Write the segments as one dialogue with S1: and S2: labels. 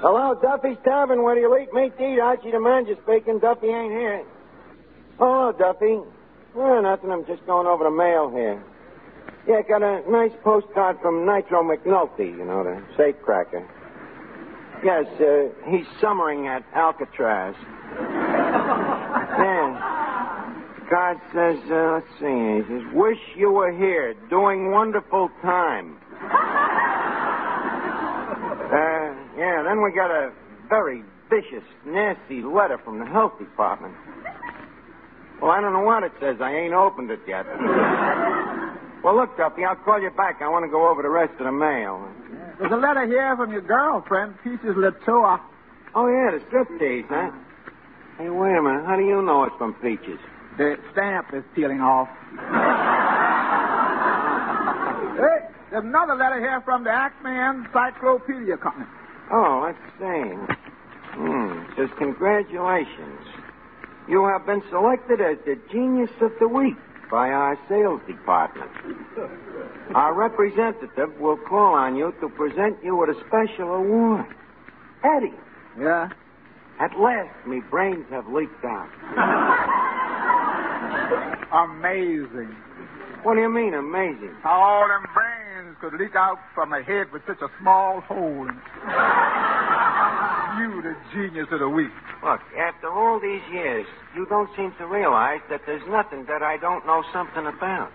S1: Hello, Duffy's Tavern, where you late mate eat. Archie the manager speaking. Duffy ain't here. Hello, Duffy. Well, nothing. I'm just going over the mail here. Yeah, got a nice postcard from Nitro McNulty, you know, the safecracker. Yes, uh, he's summering at Alcatraz. yeah. Card says, uh, let's see, he says, wish you were here, doing wonderful time. Uh, yeah, then we got a very vicious, nasty letter from the health department. Well, I don't know what it says. I ain't opened it yet. well, look, Duffy, I'll call you back. I want to go over the rest of the mail.
S2: There's a letter here from your girlfriend, Peaches Latour.
S1: Oh, yeah, the striptease, huh? Hey, wait a minute. How do you know it's from Peaches?
S2: The stamp is peeling off. hey, there's another letter here from the Acme Encyclopedia Company.
S1: Oh, let's see. Hmm, it says congratulations. You have been selected as the genius of the week by our sales department. Our representative will call on you to present you with a special award. Eddie,
S2: Yeah?
S1: at last me brains have leaked out.
S2: Amazing.
S1: What do you mean, amazing?
S2: How all them brains could leak out from a head with such a small hole in it. you, the genius of the week.
S1: Look, after all these years, you don't seem to realize that there's nothing that I don't know something about.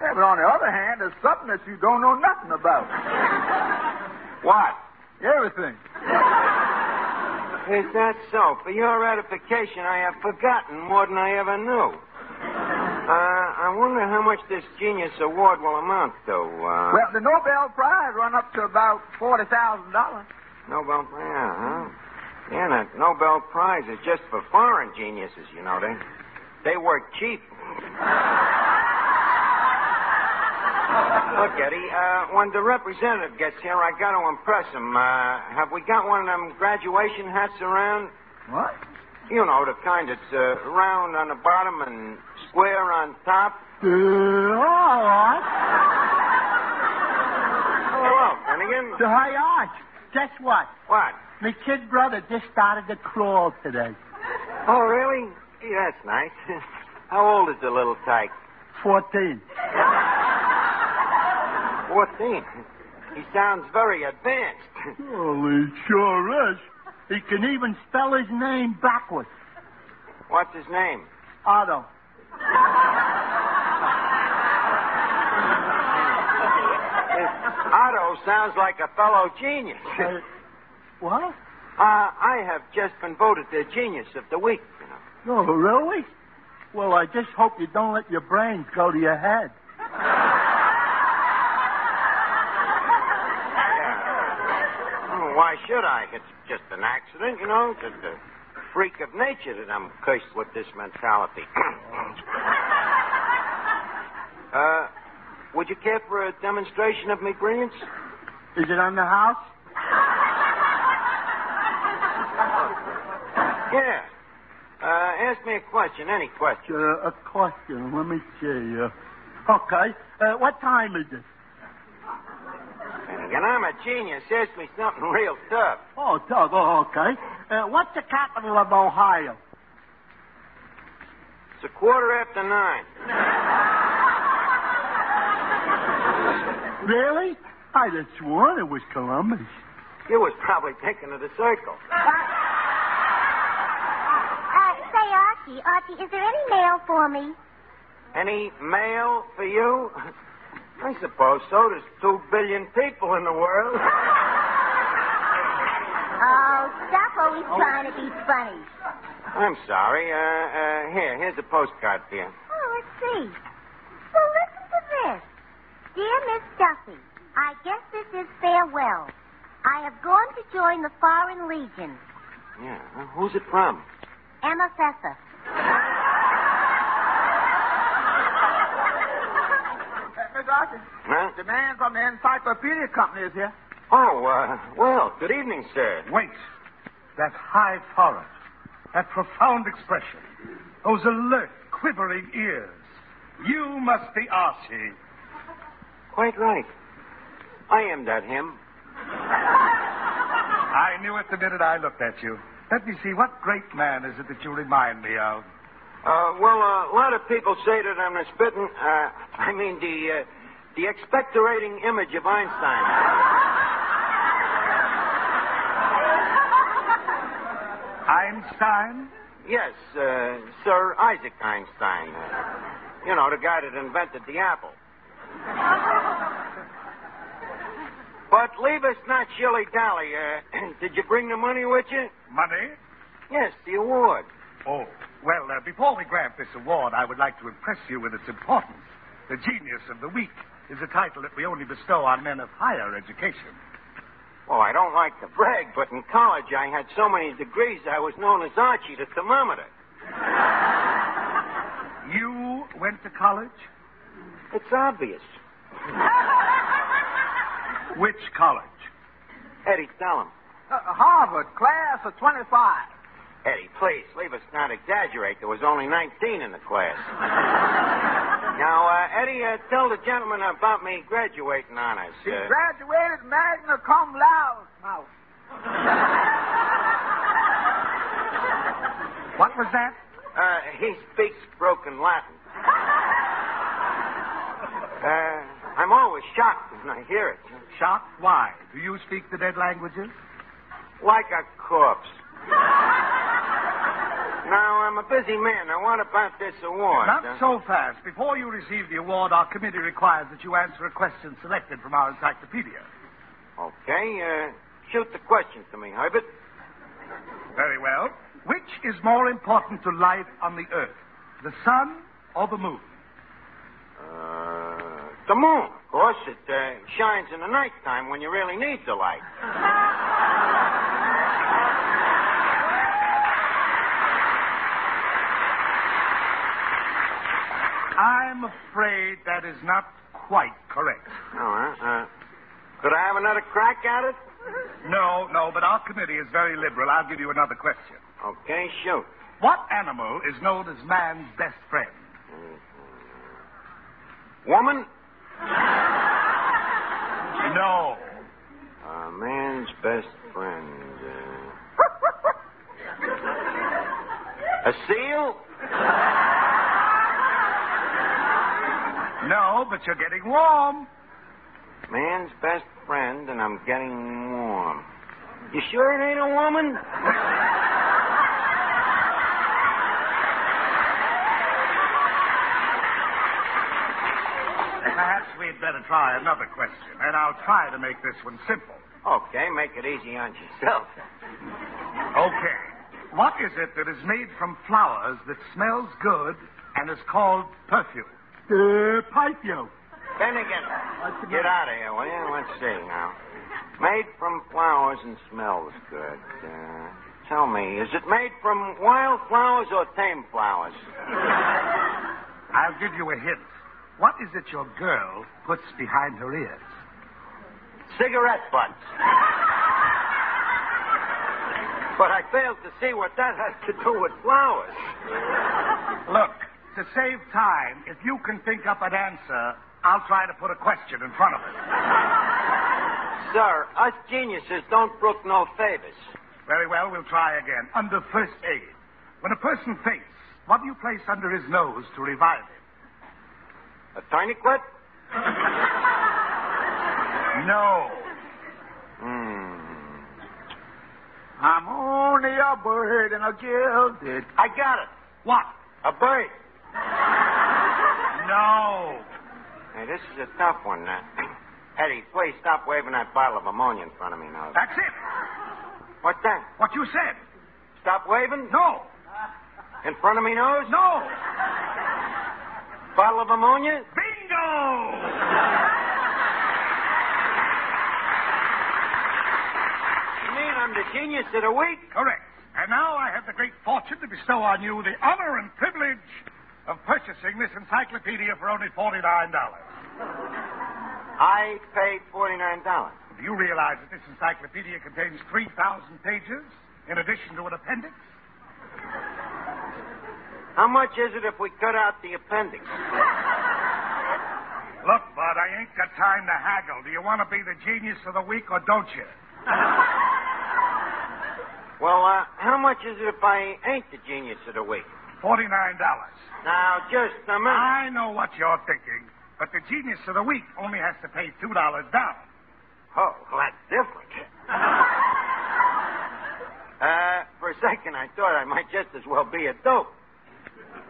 S2: Yeah, but on the other hand, there's something that you don't know nothing about.
S1: What?
S2: Everything.
S1: Is that so? For your ratification, I have forgotten more than I ever knew. Uh, I wonder how much this genius award will amount to. Uh,
S2: Well, the Nobel Prize run up to about forty thousand dollars.
S1: Nobel Prize, huh? Yeah, that Nobel Prize is just for foreign geniuses, you know. They, they work cheap. Look, Eddie, uh, when the representative gets here, I got to impress him. Uh, have we got one of them graduation hats around?
S2: What?
S1: You know, the kind that's uh, round on the bottom and square on top.
S3: Uh,
S2: all right.
S1: Hello, Finnegan.
S3: So, hey, Arch, guess what?
S1: What?
S3: My kid brother just started to crawl today.
S1: Oh, really? Gee, that's nice. How old is the little tyke?
S3: 14.
S1: 14. He sounds very advanced.
S3: Holy sure is. He can even spell his name backwards.
S1: What's his name?
S3: Otto.
S1: Otto sounds like a fellow genius.
S3: Uh, what?
S1: Uh, I have just been voted the genius of the week, you know.
S3: Oh, really? Well, I just hope you don't let your brains go to your head.
S1: Oh, why should I? It's just an accident, you know. Just a freak of nature that I'm cursed with this mentality. uh, would you care for a demonstration of my brilliance?
S3: Is it on the house?
S1: Yeah. Uh, ask me a question, any question.
S3: Uh, a question. Let me see. Uh, okay. Uh, what time is it?
S1: And I'm a genius. Ask me something real tough.
S3: Oh, Doug. Oh, okay. Uh, what's the capital of Ohio?
S1: It's a quarter after nine.
S3: Really? I'd have sworn it was Columbus.
S1: You was probably thinking of the circle.
S4: Uh, say, Archie, Archie, is there any mail for me?
S1: Any mail for you? I suppose so. There's two billion people in the world.
S4: Oh, stop always trying to be funny.
S1: I'm sorry. Uh, uh, here, here's a postcard for you.
S4: Oh, let's see. Well, listen to this. Dear Miss Duffy, I guess this is farewell. I have gone to join the Foreign Legion.
S1: Yeah. Well, who's it from?
S4: Emma Fessa.
S2: Miss Archie,
S1: Huh?
S2: the man from the Encyclopedia Company is here.
S1: Oh, uh, well, good evening, sir.
S3: Wait. That high forehead, that profound expression, those alert, quivering ears. You must be Archie.
S1: Quite right. I am that him.
S3: I knew it the minute I looked at you. Let me see, what great man is it that you remind me of?
S1: Uh, well, uh, a lot of people say that I'm the spitting, uh, I mean the, uh, the expectorating image of Einstein.
S3: Einstein?
S1: Yes, uh, Sir Isaac Einstein. Uh, you know, the guy that invented the apple. But leave us not shilly dally. Uh, did you bring the money with you?
S3: Money?
S1: Yes, the award.
S3: Oh, well, uh, before we grant this award, I would like to impress you with its importance. The Genius of the Week is a title that we only bestow on men of higher education.
S1: Oh, I don't like to brag, but in college I had so many degrees I was known as Archie the thermometer.
S3: You went to college?
S1: It's obvious.
S3: Which college?
S1: Eddie, tell him.
S2: Uh, Harvard, class of 25.
S1: Eddie, please, leave us not exaggerate. There was only 19 in the class. now, uh, Eddie, uh, tell the gentleman about me graduating honors.
S2: She
S1: Uh,
S2: graduated magna cum laude. Now,
S3: What was that?
S1: uh, he speaks broken Latin. Uh, I'm always shocked when I hear it.
S3: Shock? Why? Do you speak the dead languages?
S1: Like a corpse. now, I'm a busy man. Now, what about this award?
S3: Not
S1: Uh,
S3: so fast. Before you receive the award, our committee requires that you answer a question selected from our encyclopedia.
S1: Okay, uh, shoot the question to me, Herbert.
S3: Very well. Which is more important to life on the Earth, the sun or the moon?
S1: Uh, the moon, of course. It uh, shines in the nighttime when you really need the light.
S3: I'm afraid that is not quite correct.
S1: All right. Uh, could I have another crack at it?
S3: No, no, but our committee is very liberal. I'll give you another question.
S1: Okay, shoot.
S3: What animal is known as man's best friend?
S1: Woman?
S3: No.
S1: A man's best friend. Uh... a seal?
S3: No, but you're getting warm.
S1: Man's best friend, and I'm getting warm. You sure it ain't a woman?
S3: Perhaps we'd better try another question, and I'll try to make this one simple.
S1: Okay, make it easy on yourself.
S3: Okay. What is it that is made from flowers that smells good and is called perfume?
S2: uh, Pythio.
S1: Finnegan, get out of here, will you? Let's see now. Made from flowers and smells good. Uh, tell me, is it made from wild flowers or tame flowers?
S3: I'll give you a hint. What is it your girl puts behind her ears?
S1: Cigarette butts. but I failed to see what that has to do with flowers.
S3: Look, to save time, if you can think up an answer, I'll try to put a question in front of it.
S1: Sir, us geniuses don't brook no favors.
S3: Very well, we'll try again. Under first aid. When a person faints, what do you place under his nose to revive him?
S1: A tourniquet?
S3: No.
S1: Hmm.
S2: I'm only a bird and a gilded.
S1: I got it.
S3: What?
S1: A bird.
S3: No.
S1: Hey, this is a tough one. Uh, Eddie, please stop waving that bottle of ammonia in front of me now.
S3: That's it.
S1: What's that?
S3: What you said.
S1: Stop waving?
S3: No.
S1: In front of me nose?
S3: No!
S1: Bottle of ammonia?
S3: Bingo!
S1: You mean I'm the genius of the week?
S3: Correct. And now I have the great fortune to bestow on you the honor and privilege of purchasing this encyclopedia for only $49.
S1: I paid $49.
S3: Do you realize that this encyclopedia contains 3,000 pages in addition to an appendix?
S1: How much is it if we cut out the appendix?
S3: Look, Bud, I ain't got time to haggle. Do you want to be the genius of the week or don't you?
S1: Well, uh, how much is it if I ain't the genius of the week?
S3: $49.
S1: Now, just a minute.
S3: I know what you're thinking, but the genius of the week only has to pay $2 down.
S1: Oh, well, that's different. uh, for a second, I thought I might just as well be a dope.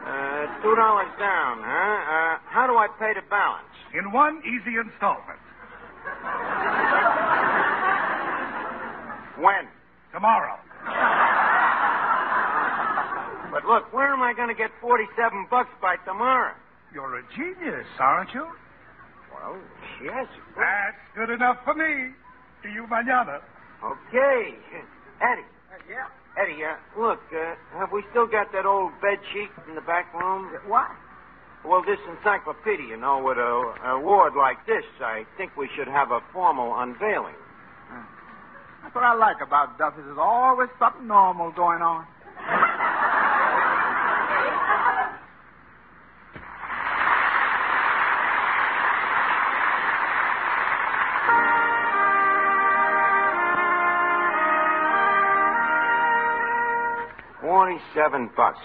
S1: Uh, two dollars down, huh? Uh, how do I pay the balance?
S3: in one easy installment.
S1: When?
S3: Tomorrow.
S1: But look, where am I going to get forty-seven bucks by tomorrow?
S3: You're a genius, aren't you?
S1: Well, yes. of course.
S3: That's good enough for me. To you, manana.
S1: Okay, Eddie.
S2: yeah.
S1: Eddie, uh, look, uh, have we still got that old bed sheet in the back room?
S2: What?
S1: Well, this encyclopedia, you know, with a award like this, I think we should have a formal unveiling.
S2: That's what I like about Duffy's. There's always something normal going on.
S1: Forty-seven bucks.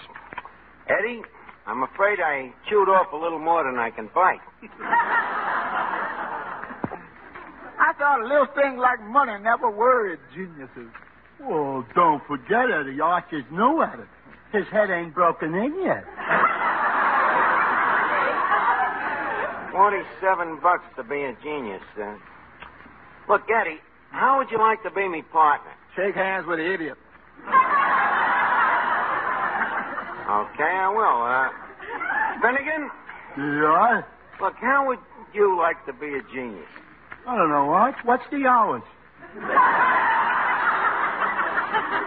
S1: Eddie, I'm afraid I chewed off a little more than I can bite.
S2: I thought a little thing like money never worried geniuses.
S5: Well, don't forget it. The archer's new at it. His head ain't broken in yet.
S1: Forty-seven bucks to be a genius. Uh, look, Eddie, how would you like to be me partner?
S2: Shake hands with the idiot.
S1: Okay, I will. Uh, Finnegan,
S5: Yeah?
S1: look, how would you like to be a genius?
S5: I don't know, Arch. What's the hours?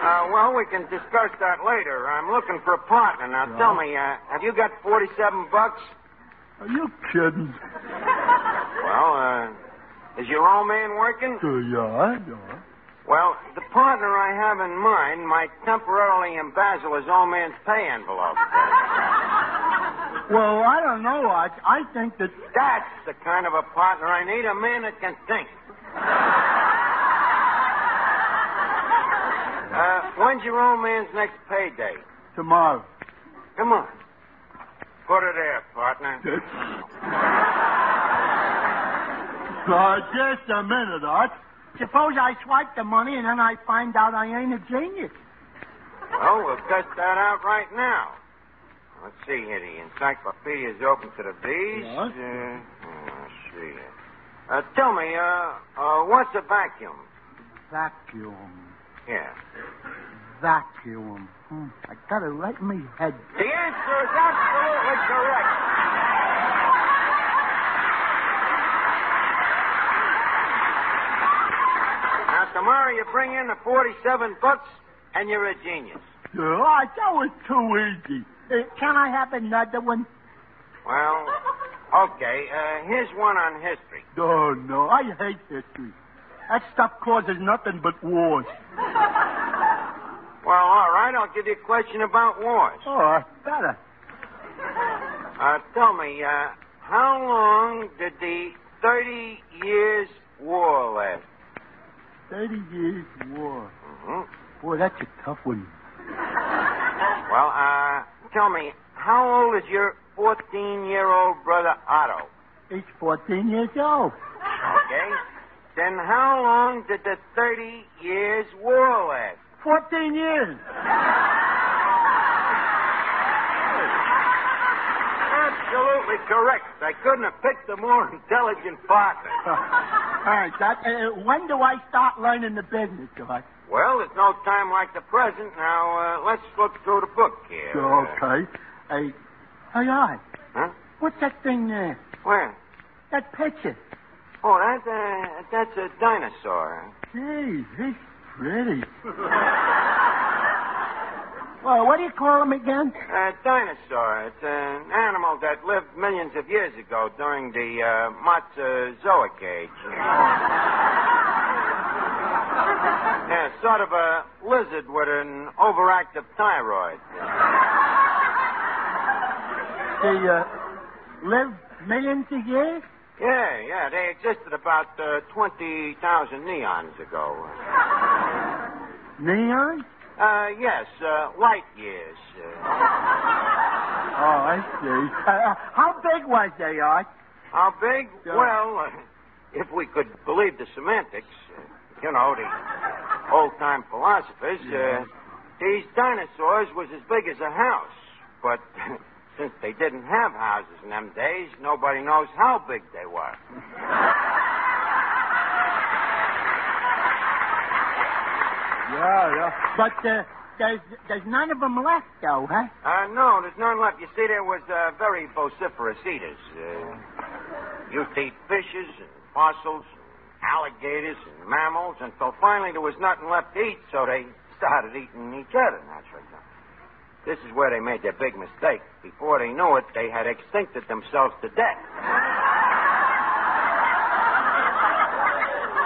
S1: Uh, well, we can discuss that later. I'm looking for a partner. Now, tell me, uh, have you got 47 bucks?
S5: Are you kidding?
S1: Well, uh, is your old man working?
S5: Yeah, yeah.
S1: Well, the partner I have in mind might temporarily embezzle his old man's pay envelope.
S5: Well, I don't know, Arch. I think that...
S1: That's the kind of a partner I need, a man that can think. Uh, when's your old man's next payday?
S5: Tomorrow.
S1: Come on. Put it there, partner.
S5: Uh, just a minute, Arch. Suppose I swipe the money and then I find out I ain't a genius.
S1: Well, we'll test that out right now. Let's see here. The encyclopedia is open to the bees.
S5: Yeah.
S1: Uh, let's see. here. Uh, tell me, uh, uh, what's a vacuum?
S5: Vacuum.
S1: Yeah.
S5: Vacuum. Hmm. I got it right in my head.
S1: The answer is absolutely correct. Now, tomorrow you bring in the 47 bucks, and you're a genius.
S5: Yeah, Arch, that was too easy. Uh, can I have another one?
S1: Well, okay. Uh, here's one on history.
S5: No, no, I hate history. That stuff causes nothing but wars.
S1: Well, all right, I'll give you a question about wars.
S5: Oh, better.
S1: Uh, tell me, uh, how long did the Thirty Years' War last?
S5: 30 years war.
S1: hmm
S5: Boy, that's a tough one.
S1: Well, uh, tell me, how old is your 14-year-old brother Otto?
S5: He's 14 years old.
S1: Okay. Then how long did the Thirty Years' War last?
S5: 14 years.
S1: Absolutely absolutely correct. I couldn't have picked a more intelligent partner.
S5: All right, Doc. Uh, when do I start learning the business, Doc?
S1: Well, there's no time like the present. Now, uh, let's look through the book here.
S5: Okay. Hey, hey, I.
S1: Huh?
S5: What's that thing there?
S1: Where?
S5: That picture?
S1: Oh, that, uh, that's a dinosaur.
S5: Gee, he's pretty. well, what do you call him again?
S1: A dinosaur. It's an animal that lived millions of years ago during the uh, Mesozoic age. yeah, sort of a lizard with an overactive thyroid.
S5: The uh, lived millions of years?
S1: Yeah, yeah, they existed about uh, 20,000 neons ago.
S5: Neon?
S1: Uh, yes, uh, light years. Uh,
S5: Oh, I see. Uh, uh, how big was they, Art?
S1: how big?
S5: Yeah.
S1: Well, uh, if we could believe the semantics, uh, you know, the old-time philosophers, uh, these dinosaurs was as big as a house. But since they didn't have houses in them days, nobody knows how big they were.
S5: Yeah, yeah. But uh, there's, there's none of them left, though, huh?
S1: Uh, no, there's none left. You see, there was uh, very vociferous eaters. Uh, used to eat fishes and fossils and alligators and mammals until finally there was nothing left to eat, so they started eating each other, naturally. This is where they made their big mistake. Before they knew it, they had extincted themselves to death.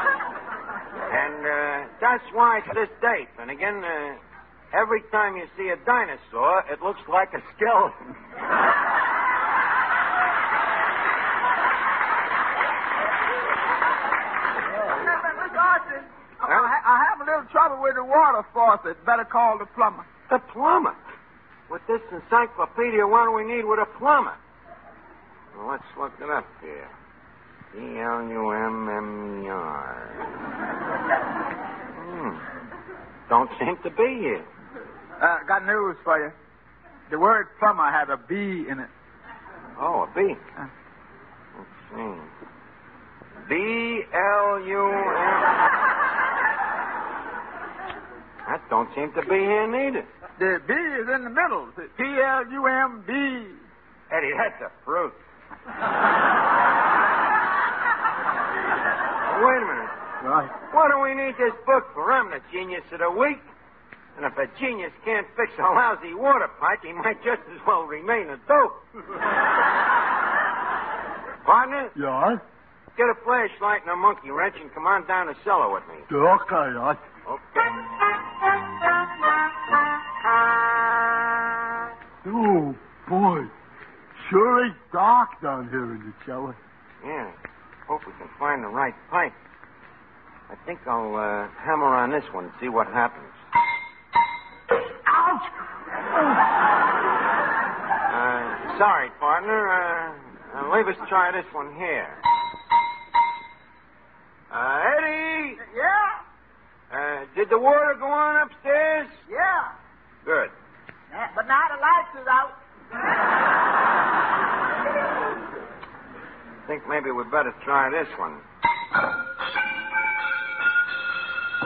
S1: And uh, that's why to this date, and again, uh, every time you see a dinosaur, it looks like a skeleton.
S2: Sergeant, I,
S1: Huh?
S2: I- I have a little trouble with the water faucet. Better call the plumber.
S1: A plumber? With this encyclopedia, what do we need with a plumber? Well, let's look it up here. E L U M M E R. Hmm. Don't seem to be here.
S2: Uh, got news for you. The word plumber had a B in it.
S1: Oh, a B.
S2: Huh.
S1: Let's see. B L U M. E That don't seem to be here neither.
S2: The B is in the middle. P L U M B.
S1: Eddie, that's a fruit. Wait a minute.
S5: Right.
S1: Why do we need this book for? I'm the genius of the week. And if a genius can't fix a lousy water pipe, he might just as well remain a dope. Partner,
S5: Yeah, Art?
S1: get a flashlight and a monkey wrench and come on down the cellar with me.
S5: Okay, Art.
S1: Okay.
S5: Oh, boy. Sure is dark down here in the cellar.
S1: Yeah. Hope we can find the right pipe. I think I'll uh, hammer on this one and see what happens.
S5: Ouch!
S1: Uh, sorry, partner. Uh, uh, leave us try this one here. Uh, Eddie!
S2: Yeah,
S1: Uh, did the water go on upstairs?
S2: yeah.
S1: Good.
S2: But now the lights is out.
S1: I think maybe we'd better try this one.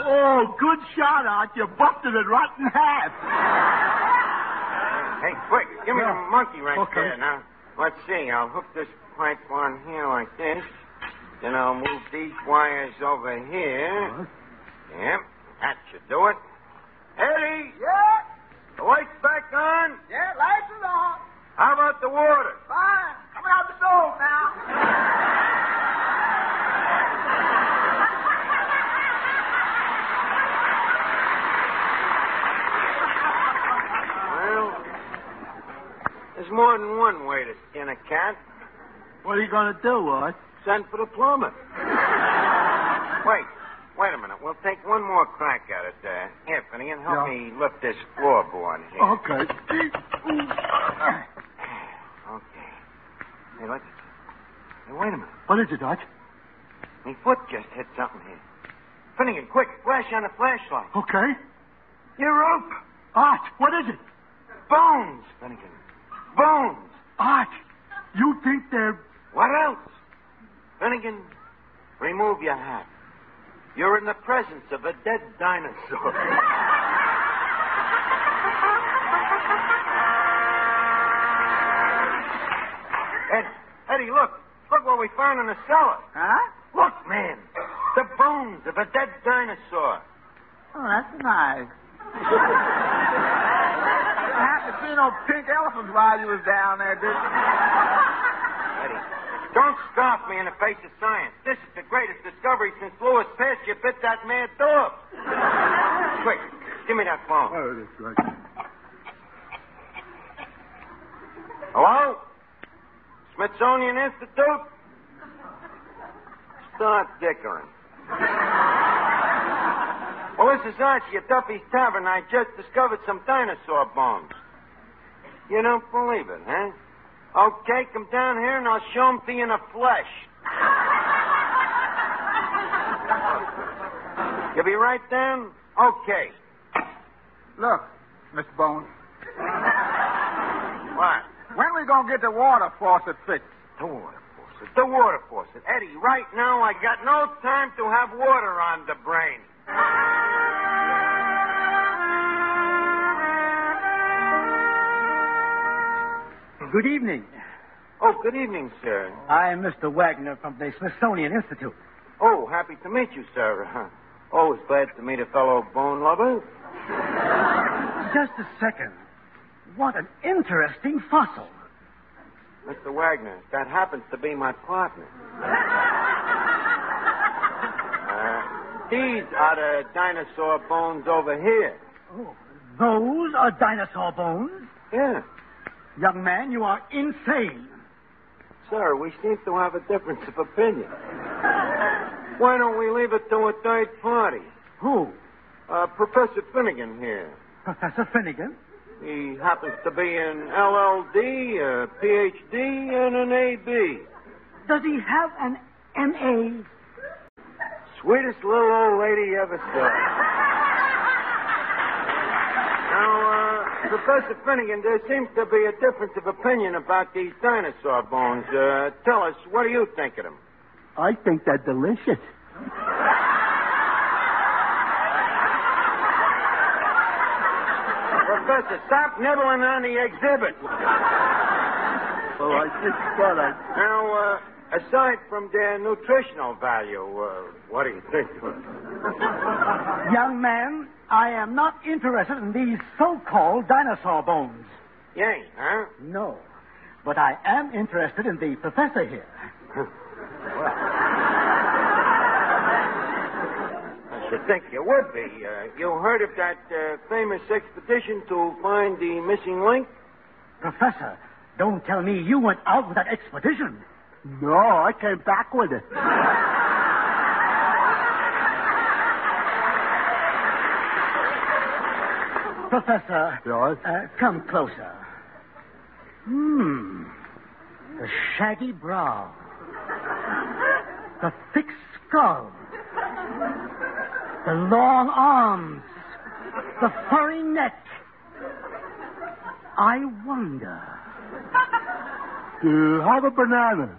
S5: Oh, good shot, Art. You busted it right in half.
S1: Hey, quick, give me
S5: Yeah.
S1: the monkey wrench
S5: Okay.
S1: there now. Let's see. I'll hook this pipe on here like this. Then I'll move these wires over here. Yep, that should do it. Eddie,
S2: Yeah,
S1: the lights back on.
S2: yeah, lights is on.
S1: How about the water?
S2: Fine. Coming out the door now.
S1: Well, there's more than one way to skin a cat.
S5: What are you going to do, Art?
S1: Send for the plumber. wait, wait a minute. We'll take one more crack at it. Uh, here, Finian, help
S5: Yeah. Oh,
S1: me lift this floorboard here.
S5: Okay.
S1: Okay. Hey, look. Hey, wait a minute.
S5: What is it, Art?
S1: My foot just hit something here. Finnegan, quick, flash on the flashlight.
S5: Okay.
S1: You're up.
S5: Art, what is it?
S1: Bones, Finnegan. Bones.
S5: Art, You think they're.
S1: What else? Finnegan, remove your hat. You're in the presence of a dead dinosaur. Ed, Eddie, look. Look what we found in the cellar.
S5: Huh?
S1: Look, man. The bones of a dead dinosaur.
S5: Oh, that's nice.
S2: I happened to see no pink elephants while you was down there, did you?
S1: Eddie, don't scoff me in the face of science. This is the greatest discovery since Louis Pasteur bit that mad dog. Quick, give me that phone.
S2: Oh, that's right.
S1: Hello? Smithsonian Institute? Start dickering. well, this is Archie at Duffy's Tavern. I just discovered some dinosaur bones. You don't believe it, huh? Okay, come down here and I'll show 'em to you in the flesh. You'll be right down? Okay.
S2: Look, Mr. Bones,
S1: What?
S2: when we going to get the water faucet fixed?
S1: The water faucet. The water faucet. Eddie, right now I got no time to have water on the brain.
S6: Good evening.
S1: Oh, good evening, sir.
S6: I am Mr. Wagner from the Smithsonian Institute.
S1: Oh, happy to meet you, sir. Always glad to meet a fellow bone lover.
S6: Just a second. What an interesting fossil.
S1: Mr. Wagner, that happens to be my partner. Uh, these are the dinosaur bones over here.
S6: Oh, those are dinosaur bones?
S1: Yeah.
S6: Young man, you are insane.
S1: Sir, we seem to have a difference of opinion. Why don't we leave it to a third party?
S6: Who?
S1: Uh, Professor Finnegan here.
S6: Professor Finnegan?
S1: He happens to be an LLD, a PhD, and an AB.
S6: Does he have an M.A.?
S1: Sweetest little old lady you ever saw. now, uh, Professor Finnegan, there seems to be a difference of opinion about these dinosaur bones. Uh, tell us, what do you think of them?
S5: I think they're delicious.
S1: Professor, stop nibbling on the exhibit.
S5: Well, I just thought I'd.
S1: Now, uh, aside from their nutritional value, uh, what do you think of them?
S6: Young man, I am not interested in these so-called dinosaur bones.
S1: Yay, huh?
S6: No. But I am interested in the professor here.
S1: I should think you would be. Uh, you heard of that uh, famous expedition to find the missing link?
S6: Professor, don't tell me you went out with that expedition.
S5: No, I came back with it.
S6: Professor,
S5: Yes?
S6: uh, come closer. Hmm. The shaggy brow. The thick skull. The long arms. The furry neck. I wonder.
S5: Uh, have a banana.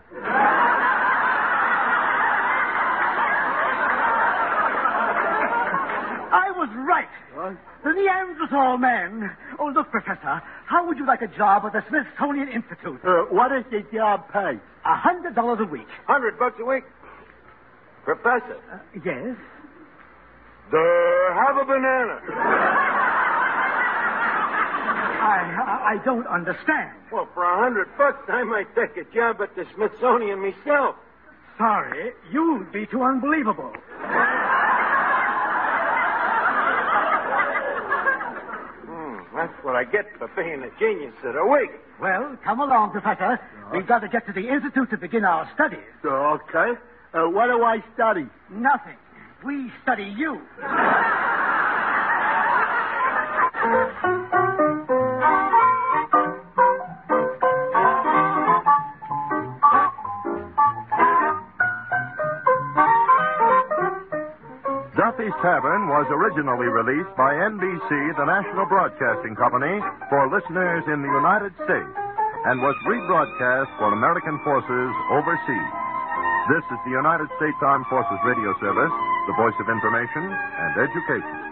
S6: I was right. The Neanderthal man. Oh, look, Professor, how would you like a job at the Smithsonian Institute?
S5: Uh, what is the job pay?
S6: A hundred dollars a week.
S1: Hundred bucks a week. Professor.
S6: Uh, yes.
S1: The have a banana.
S6: I, I I don't understand.
S1: Well, for a hundred bucks, I might take a job at the Smithsonian myself.
S6: Sorry, you'd be too unbelievable.
S1: Hmm, that's what I get for being a genius of the week.
S6: Well, come along, Professor. We've got to get to the Institute to begin our studies.
S5: Uh, okay. Uh, what do I study?
S6: Nothing. We study you.
S7: Duffy's Tavern was originally released by NBC, the national broadcasting company, for listeners in the United States.
S5: and was rebroadcast for American forces overseas. This is the United States Armed Forces Radio Service, the voice of information and education.